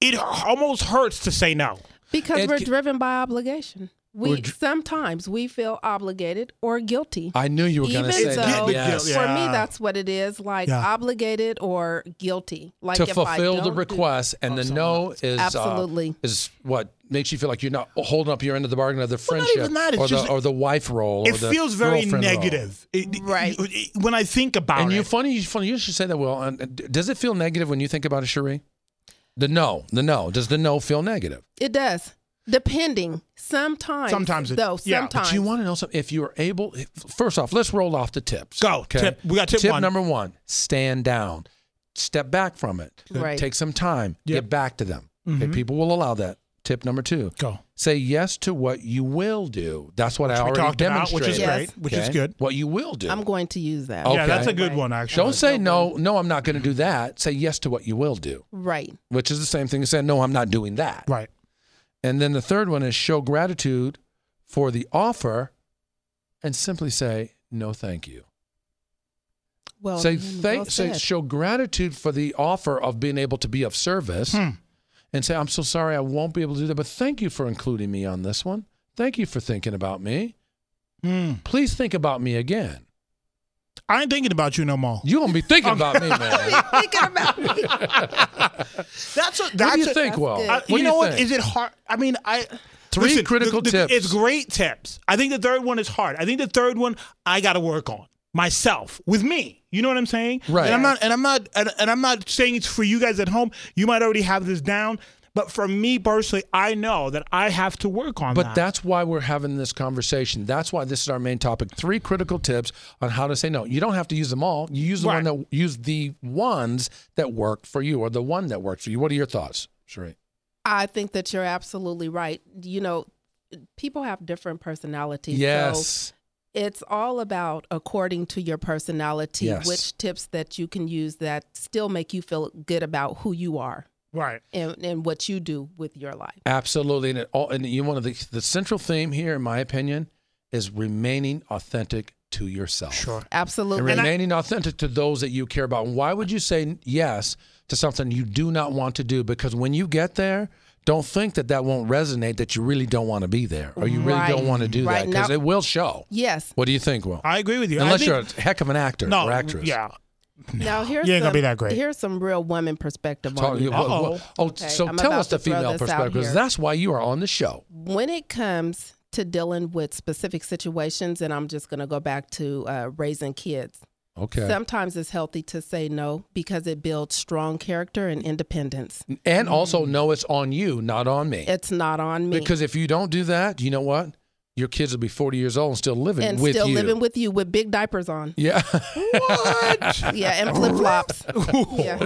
[SPEAKER 2] it almost hurts to say no.
[SPEAKER 3] Because
[SPEAKER 1] It
[SPEAKER 3] we're
[SPEAKER 1] ca-
[SPEAKER 3] driven by obligation.
[SPEAKER 1] We're
[SPEAKER 3] We
[SPEAKER 1] dr-
[SPEAKER 3] sometimes we feel obligated or guilty.
[SPEAKER 1] I knew you were going
[SPEAKER 3] Even
[SPEAKER 1] to say
[SPEAKER 3] though,
[SPEAKER 1] that.
[SPEAKER 2] It's Yeah,
[SPEAKER 1] Yes.
[SPEAKER 2] yeah.
[SPEAKER 3] for me, that's what it is like
[SPEAKER 2] Yeah.
[SPEAKER 3] obligated or guilty. Like
[SPEAKER 1] To
[SPEAKER 3] if I
[SPEAKER 1] fulfill the
[SPEAKER 3] don't do- Oh,
[SPEAKER 1] request, and the no is uh,
[SPEAKER 3] Absolutely.
[SPEAKER 1] is what makes you feel like you're not holding up your end of the bargain of the
[SPEAKER 2] Well, not
[SPEAKER 1] friendship
[SPEAKER 2] even that, it's
[SPEAKER 1] or,
[SPEAKER 2] just-
[SPEAKER 1] the, or the wife role. or
[SPEAKER 2] It
[SPEAKER 1] the
[SPEAKER 2] feels very
[SPEAKER 1] girlfriend role.
[SPEAKER 2] negative. It-
[SPEAKER 3] Right.
[SPEAKER 2] it- when I think about
[SPEAKER 1] And
[SPEAKER 2] it.
[SPEAKER 1] you funny, you funny. You should say that. Will And, uh, d- does it feel negative when you think about it, Cherie? The no, the no. Does the no feel negative?
[SPEAKER 3] It does. Depending. Sometimes.
[SPEAKER 2] Sometimes it-
[SPEAKER 3] Though,
[SPEAKER 2] yeah, but
[SPEAKER 3] sometimes.
[SPEAKER 1] Do you want to know something? If you are able, if- first off, let's roll off the tips.
[SPEAKER 2] Go. Tip- we got tip one.
[SPEAKER 1] number one: stand down, step back from it,
[SPEAKER 3] Right.
[SPEAKER 1] take some time,
[SPEAKER 2] Yep. Mm-hmm.
[SPEAKER 1] get back to them. Okay, people will allow that. Tip number two:
[SPEAKER 2] Go.
[SPEAKER 1] say yes to what you will do. That's what I
[SPEAKER 2] We
[SPEAKER 1] already
[SPEAKER 2] talked about, which
[SPEAKER 1] demonstrated.
[SPEAKER 2] is
[SPEAKER 3] Yes.
[SPEAKER 2] great, which is
[SPEAKER 1] Okay?
[SPEAKER 2] good.
[SPEAKER 1] What you will do.
[SPEAKER 3] I'm going to use that.
[SPEAKER 1] Oh.
[SPEAKER 2] Yeah,
[SPEAKER 1] Okay.
[SPEAKER 2] that's a good
[SPEAKER 3] Right.
[SPEAKER 2] one, actually.
[SPEAKER 1] Don't say no. No, I'm not going to do that. Say yes to what you will do,
[SPEAKER 3] Right.
[SPEAKER 1] which is the same thing as saying no, I'm not doing that.
[SPEAKER 2] Right.
[SPEAKER 1] And then the third one is show gratitude for the offer and simply say, no, thank you.
[SPEAKER 3] Well,
[SPEAKER 1] say,
[SPEAKER 3] mm,
[SPEAKER 1] thank,
[SPEAKER 3] well
[SPEAKER 1] say,
[SPEAKER 3] said.
[SPEAKER 1] show gratitude for the offer of being able to be of service
[SPEAKER 2] Hmm.
[SPEAKER 1] and say, I'm so sorry I won't be able to do that, but thank you for including me on this one. Thank you for thinking about me.
[SPEAKER 2] Hmm.
[SPEAKER 1] Please think about me again.
[SPEAKER 2] I ain't thinking about you no more.
[SPEAKER 1] You don't be thinking about me, man.
[SPEAKER 3] Thinking about me.
[SPEAKER 2] That's a,
[SPEAKER 1] What
[SPEAKER 2] that's
[SPEAKER 1] do you
[SPEAKER 2] a-
[SPEAKER 1] think, Will?
[SPEAKER 3] good.
[SPEAKER 2] I-
[SPEAKER 1] What do
[SPEAKER 2] you know what?
[SPEAKER 1] think?
[SPEAKER 2] Is it hard? I mean, I
[SPEAKER 1] Three
[SPEAKER 2] listen,
[SPEAKER 1] critical
[SPEAKER 2] the- the-
[SPEAKER 1] tips.
[SPEAKER 2] It's great tips. I think the third one is hard. I think the third one I got to work on myself with me. You know what I'm saying?
[SPEAKER 1] Right.
[SPEAKER 2] And I'm not. And I'm not. And, and I'm not saying it's for you guys at home. You might already have this down. But for me personally, I know that I have to work on
[SPEAKER 1] But
[SPEAKER 2] that.
[SPEAKER 1] that's why we're having this conversation. That's why this is our main topic. Three critical tips on how to say no. You don't have to use them all. You use the
[SPEAKER 2] Right.
[SPEAKER 1] one that use the ones that work for you or the one that works for you. What are your thoughts, Sheree?
[SPEAKER 3] I think that you're absolutely right. You know, people have different personalities. So
[SPEAKER 1] Yes.
[SPEAKER 3] it's all about according to your personality,
[SPEAKER 1] Yes.
[SPEAKER 3] which tips that you can use that still make you feel good about who you are
[SPEAKER 2] right.
[SPEAKER 3] and, and what you do with your life.
[SPEAKER 1] Absolutely. And it all and you one of the the central theme here, in my opinion, is remaining authentic to yourself.
[SPEAKER 2] Sure.
[SPEAKER 1] And
[SPEAKER 3] Absolutely.
[SPEAKER 1] remaining authentic to those that you care about. And why would you say yes to something you do not want to do? Because when you get there, don't think that that won't resonate. That you really don't want to be there, or you really
[SPEAKER 3] Right.
[SPEAKER 1] don't want to do
[SPEAKER 3] Right.
[SPEAKER 1] that because
[SPEAKER 3] Now-
[SPEAKER 1] it will show.
[SPEAKER 3] yes.
[SPEAKER 1] What do you think, Will?
[SPEAKER 2] I agree with you. I
[SPEAKER 1] Unless
[SPEAKER 2] think-
[SPEAKER 1] you're a heck of an actor
[SPEAKER 2] no
[SPEAKER 1] or actress.
[SPEAKER 2] Yeah.
[SPEAKER 3] Now here's
[SPEAKER 2] You ain't gonna
[SPEAKER 3] some,
[SPEAKER 2] be that great.
[SPEAKER 3] Here's some real woman perspective
[SPEAKER 1] Talk-
[SPEAKER 3] on it.
[SPEAKER 1] well,
[SPEAKER 2] Uh-oh.
[SPEAKER 1] well- oh,
[SPEAKER 3] Okay,
[SPEAKER 1] so
[SPEAKER 3] I'm
[SPEAKER 1] tell
[SPEAKER 3] about
[SPEAKER 1] us
[SPEAKER 3] to
[SPEAKER 1] the
[SPEAKER 3] throw
[SPEAKER 1] female
[SPEAKER 3] this out
[SPEAKER 1] perspective because
[SPEAKER 3] here.
[SPEAKER 1] that's why you are on the show.
[SPEAKER 3] when it comes to dealing with specific situations, and I'm just going to go back to uh, raising kids.
[SPEAKER 1] Okay.
[SPEAKER 3] Sometimes it's healthy to say no because it builds strong character and independence.
[SPEAKER 2] Mm.
[SPEAKER 1] and also know it's on you, not on me.
[SPEAKER 3] It's not on me.
[SPEAKER 1] Because if you don't do that, you know what? Your kids will be 40 years old and still living
[SPEAKER 3] and
[SPEAKER 1] with
[SPEAKER 3] still
[SPEAKER 1] you.
[SPEAKER 3] living with you with big diapers on.
[SPEAKER 1] yeah.
[SPEAKER 3] Yeah, and flip flops. yeah.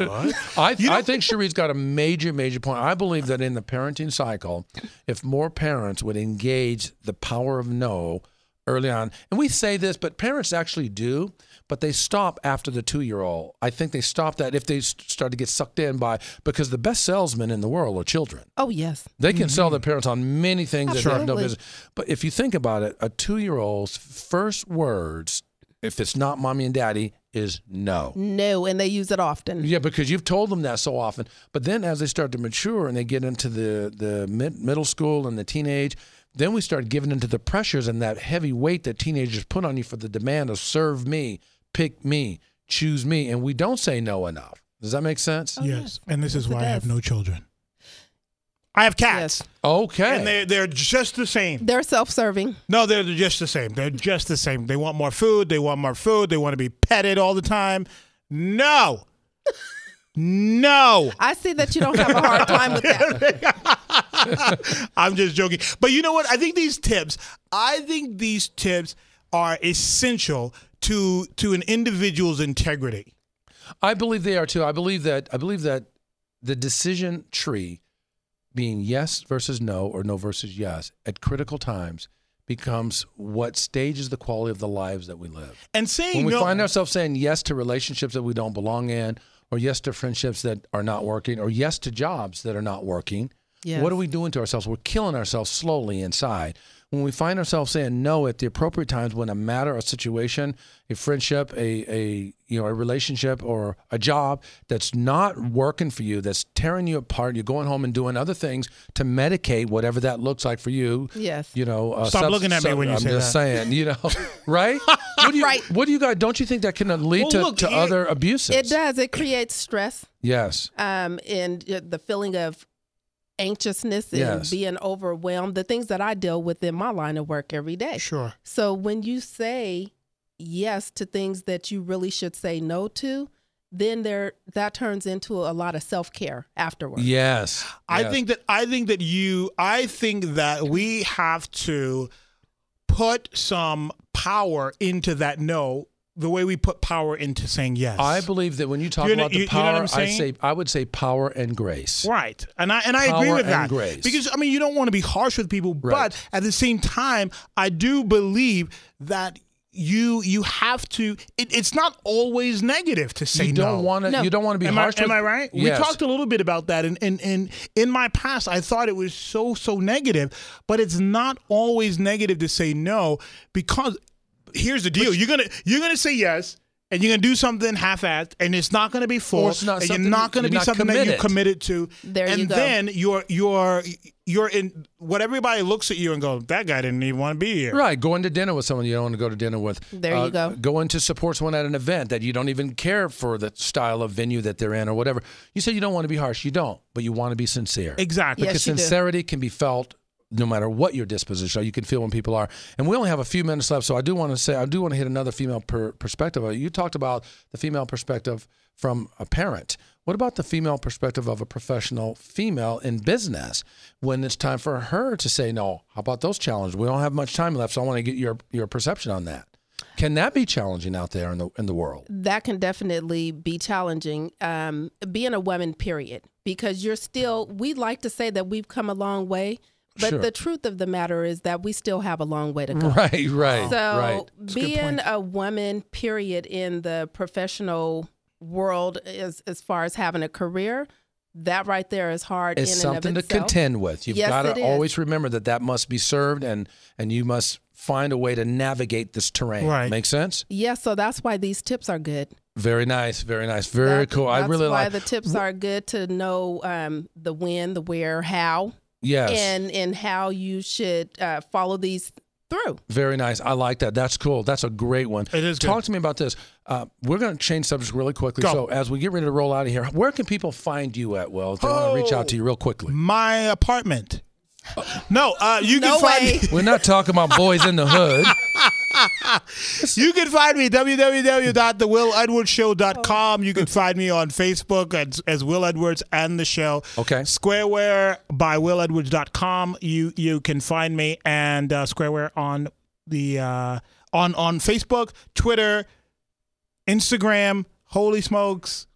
[SPEAKER 1] I, I think Cherie's got a major, major point. I believe that in the parenting cycle, if more parents would engage the power of no early on, and we say this, but parents actually do, but they stop after the two year old. I think they stop that if they s- start to get sucked in by, because the best salesmen in the world are children.
[SPEAKER 3] Oh, yes.
[SPEAKER 1] They can sell their parents on many things that they have no
[SPEAKER 3] Absolutely.
[SPEAKER 1] business. But if you think about it, a two year old's first words, if it's not mommy and daddy, is no.
[SPEAKER 3] No, and they use it often.
[SPEAKER 1] Yeah, because you've told them that so often. But then as they start to mature and they get into the the mid, middle school and the teenage, then we start giving into the pressures and that heavy weight that teenagers put on you for the demand of serve me, pick me, choose me, and we don't say no enough. Does that make sense?
[SPEAKER 2] yes. And this is
[SPEAKER 3] Yes, it
[SPEAKER 2] why I have
[SPEAKER 3] does.
[SPEAKER 2] no children. I have cats.
[SPEAKER 3] Yes.
[SPEAKER 1] Okay.
[SPEAKER 2] And they they're just the same.
[SPEAKER 3] They're self serving.
[SPEAKER 2] No, they're just the same. They're just the same. They want more food. They want more food. They want to be petted all the time. No. No.
[SPEAKER 3] I see that you don't have a hard time with that.
[SPEAKER 2] I'm just joking. But you know what? I think these tips, I think these tips are essential to to an individual's integrity.
[SPEAKER 1] I believe they are too. I believe that I believe that the decision tree being yes versus no or no versus yes at critical times becomes what stages the quality of the lives that we live.
[SPEAKER 2] And saying
[SPEAKER 1] When we
[SPEAKER 2] no
[SPEAKER 1] find ourselves saying yes to relationships that we don't belong in or yes to friendships that are not working or yes to jobs that are not working,
[SPEAKER 3] Yes.
[SPEAKER 1] what are we doing to ourselves? We're killing ourselves slowly inside. when we find ourselves saying no at the appropriate times when a matter, a situation, a friendship, a, a you know, a relationship or a job that's not working for you, that's tearing you apart, you're going home and doing other things to medicate whatever that looks like for you.
[SPEAKER 3] Yes.
[SPEAKER 1] You know, uh,
[SPEAKER 2] Stop looking at me when you
[SPEAKER 1] I'm
[SPEAKER 2] say
[SPEAKER 1] just saying, you know, right? What do you,
[SPEAKER 3] Right.
[SPEAKER 1] What do you guys? Don't you think that can lead
[SPEAKER 2] Well,
[SPEAKER 1] to,
[SPEAKER 2] look,
[SPEAKER 1] to
[SPEAKER 2] it-
[SPEAKER 1] other abuses?
[SPEAKER 3] It does. It creates stress
[SPEAKER 1] Yes.
[SPEAKER 3] um, and uh, the feeling of anxiousness and
[SPEAKER 1] Yes.
[SPEAKER 3] being overwhelmed, the things that I deal with in my line of work every day.
[SPEAKER 2] Sure.
[SPEAKER 3] So when you say yes to things that you really should say no to, then there that turns into a lot of self care afterwards.
[SPEAKER 1] Yes.
[SPEAKER 2] I
[SPEAKER 1] Yes.
[SPEAKER 2] think that I think that you I think that we have to put some power into that no the way we put power into saying yes.
[SPEAKER 1] I believe that when you talk
[SPEAKER 2] You know-
[SPEAKER 1] about
[SPEAKER 2] you-
[SPEAKER 1] the
[SPEAKER 2] you know what
[SPEAKER 1] power,
[SPEAKER 2] I'm
[SPEAKER 1] I
[SPEAKER 2] saying?
[SPEAKER 1] say I would say power and grace.
[SPEAKER 2] Right. And I and I agree
[SPEAKER 1] Power
[SPEAKER 2] with
[SPEAKER 1] and
[SPEAKER 2] that.
[SPEAKER 1] grace.
[SPEAKER 2] Because I mean you don't want to be harsh with people,
[SPEAKER 1] Right.
[SPEAKER 2] but at the same time, I do believe that you you have to it, it's not always negative to say
[SPEAKER 1] You
[SPEAKER 2] no.
[SPEAKER 1] don't want to.
[SPEAKER 3] No.
[SPEAKER 1] You don't want to be
[SPEAKER 2] Am,
[SPEAKER 1] harsh.
[SPEAKER 2] I, am
[SPEAKER 1] with-
[SPEAKER 2] I right? We
[SPEAKER 1] Yes.
[SPEAKER 2] talked a little bit about that, and in, in, in my past, I thought it was so so negative, but it's not always negative to say no because here's the deal: you're gonna you're gonna say yes, and you're gonna do something half-assed, and it's not gonna be full,
[SPEAKER 1] Or it's not
[SPEAKER 2] and you're
[SPEAKER 1] something-
[SPEAKER 2] not gonna
[SPEAKER 1] you're
[SPEAKER 2] be
[SPEAKER 1] not
[SPEAKER 2] something that you
[SPEAKER 1] committed.
[SPEAKER 2] committed to.
[SPEAKER 3] There
[SPEAKER 2] and
[SPEAKER 3] you go.
[SPEAKER 2] then you're you're you're in what everybody looks at you and go, that guy didn't even want to be here.
[SPEAKER 1] Right, going to dinner with someone you don't want to go to dinner with. Uh,
[SPEAKER 3] There you go.
[SPEAKER 1] Going to support someone at an event that you don't even care for the style of venue that they're in or whatever. You say you don't want to be harsh. You don't, but you want to be sincere.
[SPEAKER 2] Exactly.
[SPEAKER 3] Yes.
[SPEAKER 1] because
[SPEAKER 3] you do.
[SPEAKER 1] sincerity can be felt no matter what your disposition are. You can feel when people are. And we only have a few minutes left, so I do want to say I do want to hit another female per- perspective. You talked about the female perspective from a parent. What about the female perspective of a professional female in business when it's time for her to say no? How about those challenges? We don't have much time left, so I want to get your your perception on that. Can that be challenging out there in the in the world?
[SPEAKER 3] That can definitely be challenging. Um, being a woman, period, because you're still. We like to say that we've come a long way, but
[SPEAKER 1] Sure.
[SPEAKER 3] the truth of the matter is that we still have a long way to go.
[SPEAKER 1] Right, right,
[SPEAKER 3] So
[SPEAKER 1] right.
[SPEAKER 3] being a woman, period, in the professional world, as as far as having a career, that right there is hard.
[SPEAKER 1] It's
[SPEAKER 3] in
[SPEAKER 1] something
[SPEAKER 3] and
[SPEAKER 1] to
[SPEAKER 3] of itself.
[SPEAKER 1] contend with. You've
[SPEAKER 3] Yes,
[SPEAKER 1] got
[SPEAKER 3] it
[SPEAKER 1] to
[SPEAKER 3] is.
[SPEAKER 1] always remember that that must be served, and and you must find a way to navigate this terrain.
[SPEAKER 2] Right.
[SPEAKER 1] Make sense?
[SPEAKER 3] Yes, so that's why these tips are good.
[SPEAKER 1] Very nice, very nice, very
[SPEAKER 3] That-
[SPEAKER 1] cool. I
[SPEAKER 3] that's
[SPEAKER 1] really
[SPEAKER 3] why
[SPEAKER 1] like.
[SPEAKER 3] the tips are good to know um, the when, the where, how,
[SPEAKER 1] yes,
[SPEAKER 3] and and how you should uh, follow these through.
[SPEAKER 1] very nice. I like that. That's cool. That's a great one.
[SPEAKER 2] It is good.
[SPEAKER 1] Talk to me about this. Uh, we're going to change subjects really quickly.
[SPEAKER 2] Go.
[SPEAKER 1] So as we get ready to roll out of here, where can people find you at? Well, if they want to reach
[SPEAKER 3] Oh.
[SPEAKER 1] out to you real quickly.
[SPEAKER 2] My apartment. No, uh, you
[SPEAKER 3] No
[SPEAKER 2] can find
[SPEAKER 3] way.
[SPEAKER 1] We're not talking about boys in the hood.
[SPEAKER 2] You can find me www.thewilledwardshow.com. You can find me on Facebook as, as Will Edwards and the show.
[SPEAKER 1] Okay.
[SPEAKER 2] Squareware by willedwards.com. You you can find me and uh, Squareware on the uh, on on Facebook, Twitter, Instagram. Holy smokes,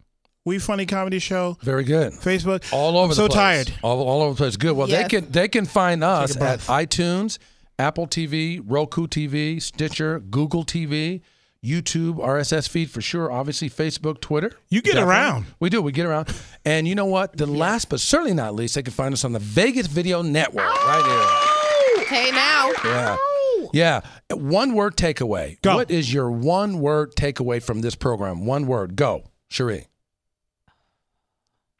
[SPEAKER 2] we funny comedy show.
[SPEAKER 1] Very good.
[SPEAKER 2] Facebook.
[SPEAKER 1] all over
[SPEAKER 2] I'm
[SPEAKER 1] the
[SPEAKER 2] so
[SPEAKER 1] place.
[SPEAKER 2] tired.
[SPEAKER 1] All, all over the place. Good. Well,
[SPEAKER 3] Yes.
[SPEAKER 1] they can they can find us at
[SPEAKER 2] a breath.
[SPEAKER 1] iTunes, Apple TV, Roku TV, Stitcher, Google TV, YouTube, RSS feed for sure. Obviously, Facebook, Twitter.
[SPEAKER 2] You get around.
[SPEAKER 1] We do. We get around. And you know what? The last but certainly not least, they can find us on the Vegas Video Network right
[SPEAKER 3] Hey now,
[SPEAKER 1] here. Yeah. Yeah. One word takeaway.
[SPEAKER 2] Go.
[SPEAKER 1] What is your one word takeaway from this program? One word. Go, Cherie.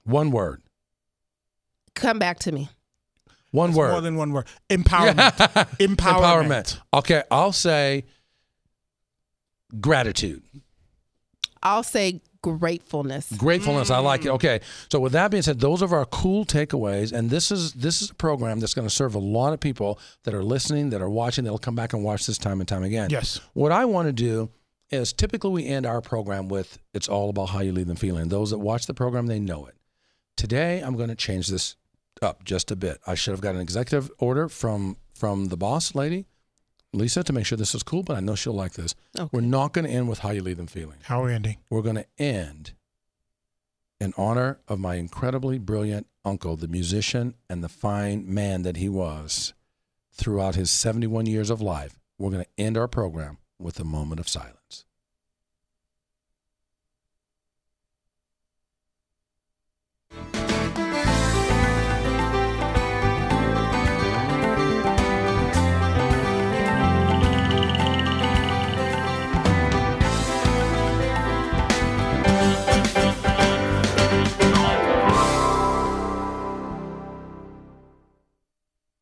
[SPEAKER 1] One word.
[SPEAKER 3] come back to me.
[SPEAKER 1] One word.
[SPEAKER 2] More than one word. Empowerment. Empowerment.
[SPEAKER 1] Empowerment. Okay, I'll say gratitude,
[SPEAKER 3] I'll say gratefulness.
[SPEAKER 1] gratefulness. I like it. Okay, so with that being said, those are our cool takeaways, and this is this is a program that's going to serve a lot of people that are listening, that are watching, that'll come back and watch this time and time again.
[SPEAKER 2] Yes.
[SPEAKER 1] What I want to do is typically we end our program with it's all about how you leave them feeling. Those that watch the program, they know it. Today I'm going to change this up just a bit. I should have got an executive order from from the boss lady, Lisa, to make sure this is cool, but I know she'll like this.
[SPEAKER 3] Okay.
[SPEAKER 1] We're not going to end with how you leave them feeling.
[SPEAKER 2] How are we ending?
[SPEAKER 1] We're going to end in honor of my incredibly brilliant uncle, the musician and the fine man that he was throughout his 71 years of life. We're going to end our program with a moment of silence.